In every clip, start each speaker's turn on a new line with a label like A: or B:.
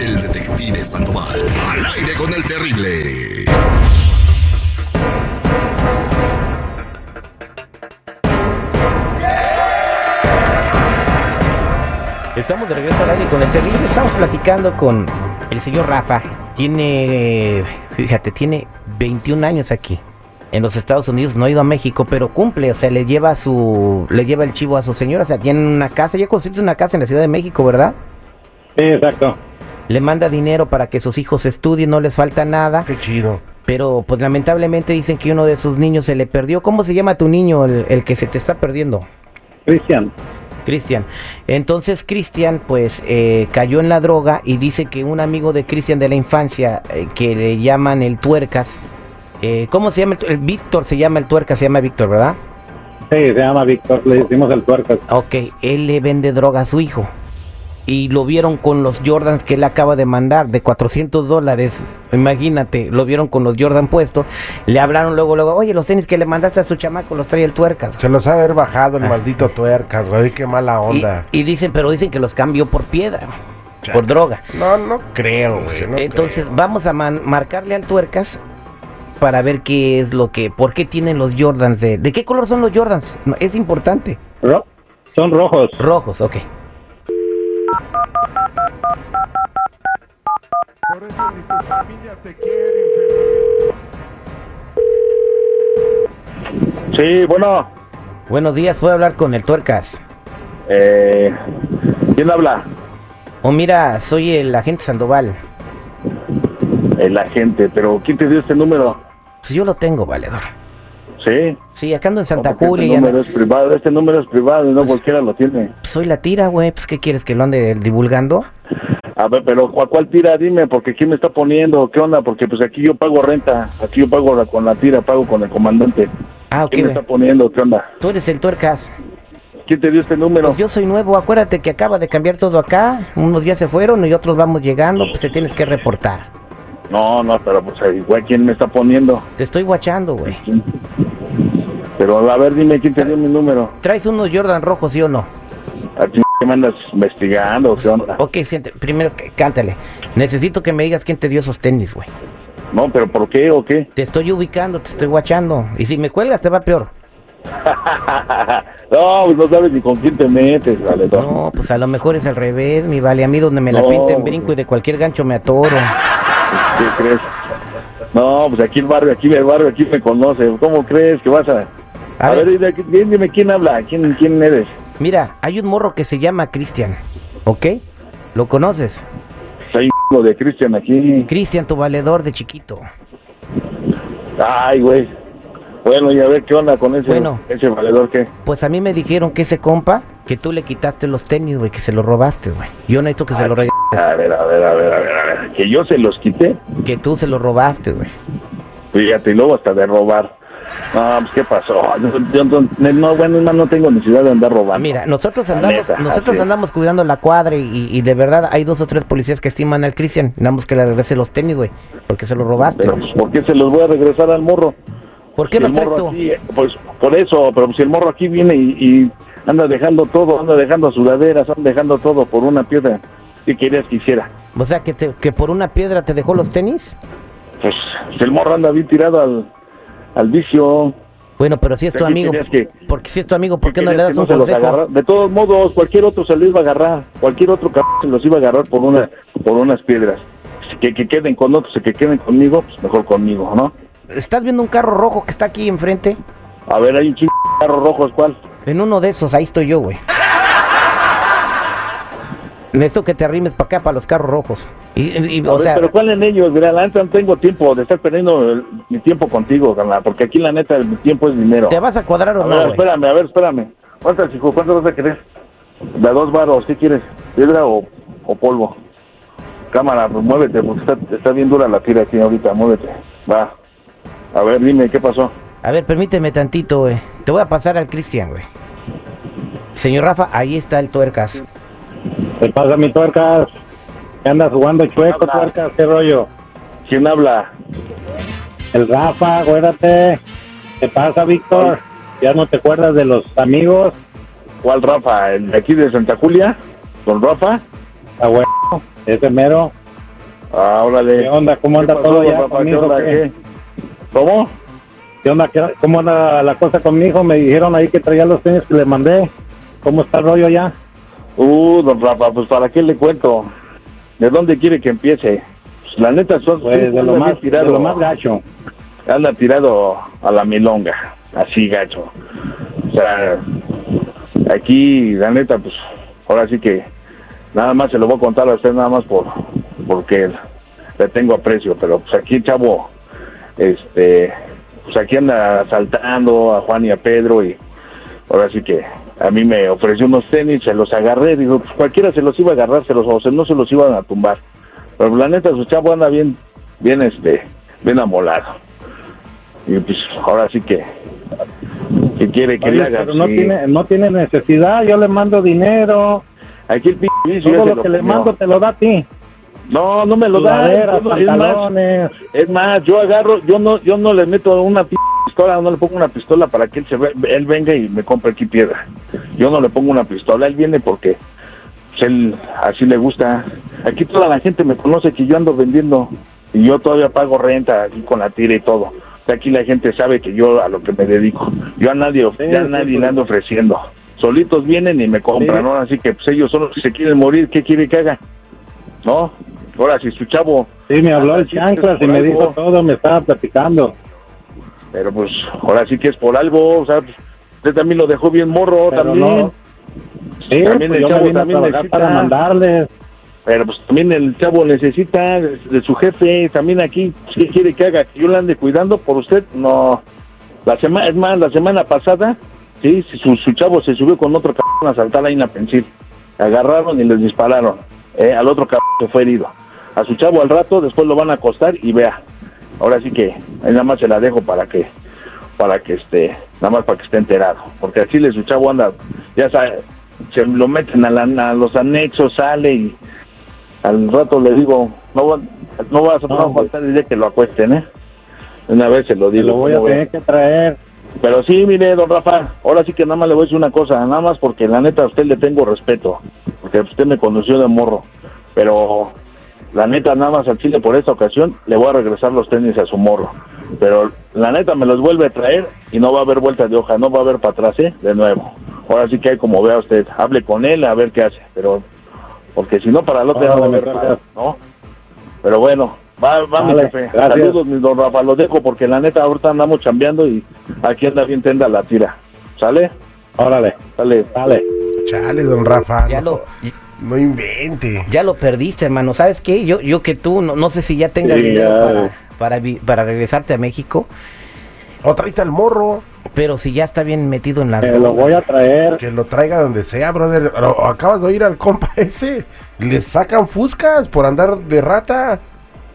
A: El detective Sandoval. Al aire con el terrible.
B: Estamos de regreso al aire con el terrible. Estamos platicando con el señor Rafa. Tiene, fíjate, tiene 21 años aquí. En los Estados Unidos no ha ido a México, pero cumple, o sea, le lleva su, le lleva el chivo a su señora, o sea, tiene una casa, ya construiste una casa en la Ciudad de México, ¿verdad?
C: Sí, exacto.
B: Le manda dinero para que sus hijos estudien, no les falta nada,
D: Qué chido.
B: pero pues lamentablemente dicen que uno de sus niños se le perdió. ¿Cómo se llama tu niño, el, el que se te está perdiendo?
C: Cristian,
B: Cristian. Entonces Cristian pues eh, cayó en la droga y dice que un amigo de Cristian de la infancia eh, que le llaman el tuercas, eh, ¿cómo se llama? El, tu- el Víctor se llama el tuercas, se llama Víctor, ¿verdad?
C: sí, se llama Víctor, le hicimos el tuercas.
B: Ok, él le vende droga a su hijo. Y lo vieron con los Jordans que él acaba de mandar, de 400 dólares. Imagínate, lo vieron con los Jordan puestos. Le hablaron luego, luego, oye, los tenis que le mandaste a su chamaco los trae el tuercas.
D: Se los ha de haber bajado el maldito tuercas, güey. Qué mala
B: Y,
D: onda.
B: y dicen, pero dicen que los cambió por piedra,
D: Chale.
B: por droga.
D: No, no creo, güey. no
B: Entonces
D: creo.
B: vamos a man- marcarle al tuercas para ver qué es lo que, por qué tienen los Jordans de, ¿de qué color son los Jordans? No, es importante.
C: Ro- son rojos.
B: Rojos, ok.
E: Por eso ni tu familia te quiere, infeliz.
C: Sí, bueno,
B: Buenos días, puedo hablar con el tuercas.
C: eh, ¿quién habla?
B: O mira, soy el agente Sandoval.
C: Eh, La gente, pero ¿quién te dio este número?
B: Pues yo lo tengo, valedor.
C: Sí.
B: Sí, acá ando en Santa
C: porque
B: Julia. y
C: Este
B: ando-
C: número es privado, este número es privado, y no
B: Pues-
C: cualquiera lo tiene.
B: Soy la tira, güey. Pues, ¿qué quieres que lo ande divulgando?
C: A ver, pero ¿cuál, cuál tira? Dime, porque ¿quién me está poniendo? ¿Qué onda? Porque pues aquí yo pago renta, aquí yo pago la- con la tira, pago con el comandante.
B: Ah, ok,
C: ¿Quién me
B: güey.
C: está poniendo? ¿Qué onda?
B: Tú eres el tuercas.
C: ¿Quién te dio este número?
B: Pues yo soy nuevo, acuérdate que acaba de cambiar todo acá. Unos días se fueron y otros vamos llegando. Pues te tienes que reportar.
C: No, no, pero pues eh, güey, ¿quién me está poniendo?
B: Te estoy guachando, güey.
C: Pero a ver, dime, ¿quién te dio mi número?
B: ¿Traes unos Jordan rojos, sí o no?
C: ¿A ti qué me andas investigando? ¿Qué onda?
B: Ok, siente- primero c- cántale. Necesito que me digas quién te dio esos tenis, güey.
C: No, pero ¿por qué o qué?
B: Te estoy ubicando, te estoy guachando. Y si me cuelgas, te va peor.
C: no, pues no sabes ni con quién te metes, vale. No.
B: No, pues a lo mejor es al revés, mi vale. A mí donde me la
C: No,
B: pinten
C: güey.
B: brinco y de cualquier gancho me atoro.
C: ¿Qué crees? No, pues aquí el barrio, aquí el barrio, aquí me conoce. ¿Cómo crees que vas a...? A,
B: A
C: ver,
B: ver,
C: dime, dime, dime, quién habla, quién, quién eres.
B: mira, hay un morro que se llama Cristian, ¿ok? ¿Lo conoces?
C: Soy un de Cristian aquí.
B: Cristian, tu valedor de chiquito.
C: Ay, güey. Bueno, y a ver qué onda con ese,
B: Bueno.
C: ese valedor que...
B: Pues a mí me dijeron que ese compa, que tú le quitaste los tenis, güey, que se los robaste, güey. Yo necesito que se los
C: A
B: regreses.
C: ver, a ver, a ver, a ver, a ver. Que yo se los quité.
B: Que tú se los robaste, güey.
C: Fíjate, y luego hasta de robar. No, pues, ¿qué pasó? Yo, yo no, no, bueno, es más, no tengo necesidad de andar robando.
B: Mira, nosotros
C: La
B: andamos,
C: neta, así
B: nosotros
C: es.
B: andamos cuidando la cuadra y, y de verdad hay dos o tres policías que estiman al Cristian. Andamos que le regrese los tenis, güey, porque se los robaste.
C: Pero,
B: güey.
C: pues, ¿por qué se los voy a regresar al morro?
B: ¿Por qué
C: Si el
B: los traes
C: morro
B: tú?
C: aquí, eh, pues, por eso, pero si el morro aquí viene y, y anda dejando todo, anda dejando sudaderas, anda dejando todo por una piedra. ¿Qué querías que hiciera?
B: O sea, que, te- que por una piedra te dejó los tenis.
C: Pues, si el morro anda bien tirado al, al vicio.
B: Bueno, pero si es tu
C: ¿Qué
B: amigo,
C: querías que-
B: porque si es tu amigo, ¿por qué no le
C: querías
B: das
C: que
B: un
C: se los
B: consejo?
C: agarra- De todos modos, cualquier otro se los iba a agarrar. Cualquier otro cabrón se los iba a agarrar por, una, por unas piedras. Que, que queden con otros y que queden conmigo, pues mejor conmigo, ¿no?
B: ¿Estás viendo un carro rojo que está aquí enfrente?
C: A ver, hay un chingo de carros rojos, ¿cuál?
B: En uno de esos, ahí estoy yo, güey. Necesito que te arrimes para acá, para los carros rojos. Y, y- y,
C: A
B: o
C: ver,
B: sea,
C: pero ¿cuál en ellos? Mira, la neta no tengo tiempo de estar perdiendo el- mi tiempo contigo, carnal, porque aquí la neta mi tiempo es dinero.
B: ¿te vas a cuadrar
C: A
B: o
C: ver,
B: no, güey?
C: espérame, a ver, espérame. ¿Cuántas, hijo? ¿Cuántas vas a querer? De a dos varos, ¿qué quieres? ¿Piedra o, o polvo? Cámara, pues muévete, porque está, está bien dura la tira aquí ahorita, muévete. Va. A ver, dime, ¿qué pasó?
B: A ver, permíteme tantito, güey. Te voy a pasar al Cristian, güey. Señor Rafa, ahí está el tuercas.
C: ¿Qué pasa, mi tuercas?
F: ¿Qué andas jugando chueco,
C: Habla.
F: tuercas? ¿Qué rollo?
C: ¿Quién habla?
F: El Rafa, acuérdate. ¿Qué pasa, Víctor? ¿Ya no te acuerdas de los amigos?
C: ¿Cuál Rafa? ¿El de aquí de Santa Julia? ¿Don Rafa?
F: Ah, güey, ese mero.
C: Ah, órale.
F: ¿Qué onda? ¿Cómo anda
C: ¿Qué pasó,
F: todo ya
C: papá? ¿Qué
F: conmigo?
C: onda?
F: ¿Qué?
C: ¿Qué? ¿Cómo?
F: ¿Qué onda? ¿Qué- ¿Cómo anda la cosa con mi hijo? Me dijeron ahí que traía los tenis que le mandé. ¿Cómo está el rollo ya?
C: Uh, don Rafa, pues para qué le cuento. ¿De dónde quiere que empiece? Pues, la neta, son
F: Pues de
C: anda
F: lo
C: bien
F: más, de
C: tirado,
F: lo más gacho.
C: anda tirado a la milonga, así gacho. O sea, aquí, la neta, pues ahora sí que nada más se lo voy a contar a usted, nada más por porque le tengo aprecio, pero pues aquí, chavo, este, pues aquí anda asaltando a Juan y a Pedro y ahora sí que a mí me ofreció unos tenis, se los agarré, digo, pues cualquiera se los iba a agarrar, se los, o sea, no se los iban a tumbar. Pero la neta, su chavo anda bien, bien, este, bien amolado. Y pues ahora sí que, que quiere que le
F: Oye,
C: haga.
F: pero no,
C: Sí.
F: tiene, no tiene necesidad, yo le mando dinero.
C: Aquí el pinche vicio ya
F: Todo
C: se
F: lo que le
C: comió.
F: mando te lo da a ti.
C: No, no me lo da.
F: Sudaderas,
C: Es más,
F: pantalones.
C: es más, yo agarro, yo no, yo no le meto una p- pistola, no le pongo una pistola para que él se ve- él venga y me compre aquí piedra. Yo no le pongo una pistola, él viene porque pues, él así le gusta. Aquí toda la gente me conoce que yo ando vendiendo y yo todavía pago renta aquí con la tira y todo. O sea, Aquí la gente sabe que yo a lo que me dedico. Yo a nadie, of-
F: Sí,
C: ya a
F: sí,
C: nadie
F: pues.
C: le ando ofreciendo. Solitos vienen y me compran,
F: Sí.
C: ¿no? Así que pues, ellos son los que se quieren morir, ¿qué quiere que haga? ¿No? Ahora, si su chavo
F: Sí, me habló
C: Ah,
F: el
C: sí, pues,
F: chanclas y
C: por
F: me
C: algo.
F: dijo todo, me estaba platicando.
C: Pero pues ahora sí que es por algo, o sea, pues, usted también lo dejó bien morro,
F: Pero
C: Oh, también.
F: no. Sí,
C: También
F: pues
C: el
F: yo me
C: chavo
F: vine a
C: también
F: trabajar
C: necesita-
F: para mandarles.
C: Pero pues también el chavo necesita de, de su jefe, también aquí, ¿qué quiere que haga? ¿Que yo la ande cuidando por usted? No. La semana, es más, la semana pasada, sí, su, su chavo se subió con otro cabrón a saltar ahí en la pensil. Agarraron y les dispararon. Eh, al otro cabrón que fue herido. A su chavo al rato, después lo van a acostar y vea. Ahora sí que, ahí nada más se la dejo para que para que esté, nada más para que esté enterado, porque así le su chavo anda, ya sabe, se lo meten a, la- a los anexos, sale y al rato le digo, no, va- no vas a
F: No,
C: no, va a faltar el día que lo acuesten, ¿eh? Una vez se lo
F: Te
C: digo.
F: lo voy a
C: ¿cómo ve?
F: tener que traer.
C: Pero sí, mire, don Rafa, ahora sí que nada más le voy a decir una cosa, nada más porque la neta a usted le tengo respeto, porque usted me conoció de morro, pero la neta nada más al Chile por esta ocasión le voy a regresar los tenis a su morro, pero la neta me los vuelve a traer y no va a haber vuelta de hoja, no va a haber para atrás, ¿eh? De nuevo. Ahora sí que hay como vea usted, hable con él a ver qué hace, pero porque si no para el otro día no va a haber
F: Órale,
C: para, ¿no? Pero bueno, va, va mi
F: Vale,
C: jefe.
F: gracias.
C: Saludos, mi don Rafa, los dejo porque la neta ahorita andamos chambeando y aquí anda bien tenda la tira. ¿Sale?
F: Órale,
C: Sale.
F: dale.
D: Chale, don Rafa.
B: Ya
D: no-
B: lo,
D: No invente.
B: ya lo perdiste, hermano. ¿Sabes qué? Yo, yo que tú, no, no sé si ya tengas
F: Sí,
B: dinero
F: ya.
B: para, para, vi- para regresarte a México,
D: O traita al morro.
B: pero si ya está bien metido en las
F: Te Eh, lo
B: drogas.
F: voy a traer.
D: Que lo traiga donde sea, brother. Lo- acabas de oír al compa ese. Le sacan fuscas por andar de rata.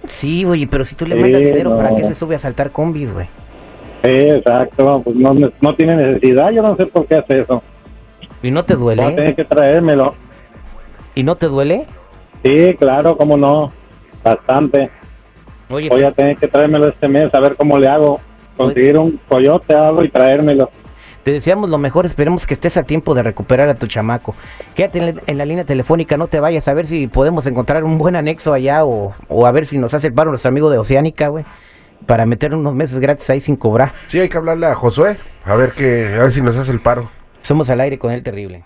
B: Sí, oye, pero si tú le
F: Sí,
B: mandas dinero, ¿para
F: no.
B: qué se sube a saltar combis, güey?
F: Sí, exacto. Pues no, no tiene necesidad. Yo no sé por qué hace eso.
B: ¿Y no te
F: Voy a
B: duele?
F: tener que traérmelo.
B: ¿Y no te duele?
F: Sí, claro, cómo no. Bastante.
B: Oye,
F: Voy a
B: pues,
F: tener que traérmelo este mes, a ver cómo le hago. Conseguir un coyote, algo y traérmelo.
B: te deseamos lo mejor, esperemos que estés a tiempo de recuperar a tu chamaco. Quédate en la, en la línea telefónica, no te vayas, a ver si podemos encontrar un buen anexo allá o, o a ver si nos hace el paro nuestro amigo de Oceánica, güey, para meter unos meses gratis ahí sin cobrar.
D: Sí, hay que hablarle a Josué. A ver que, a ver si nos hace el paro.
B: Somos al aire con el terrible.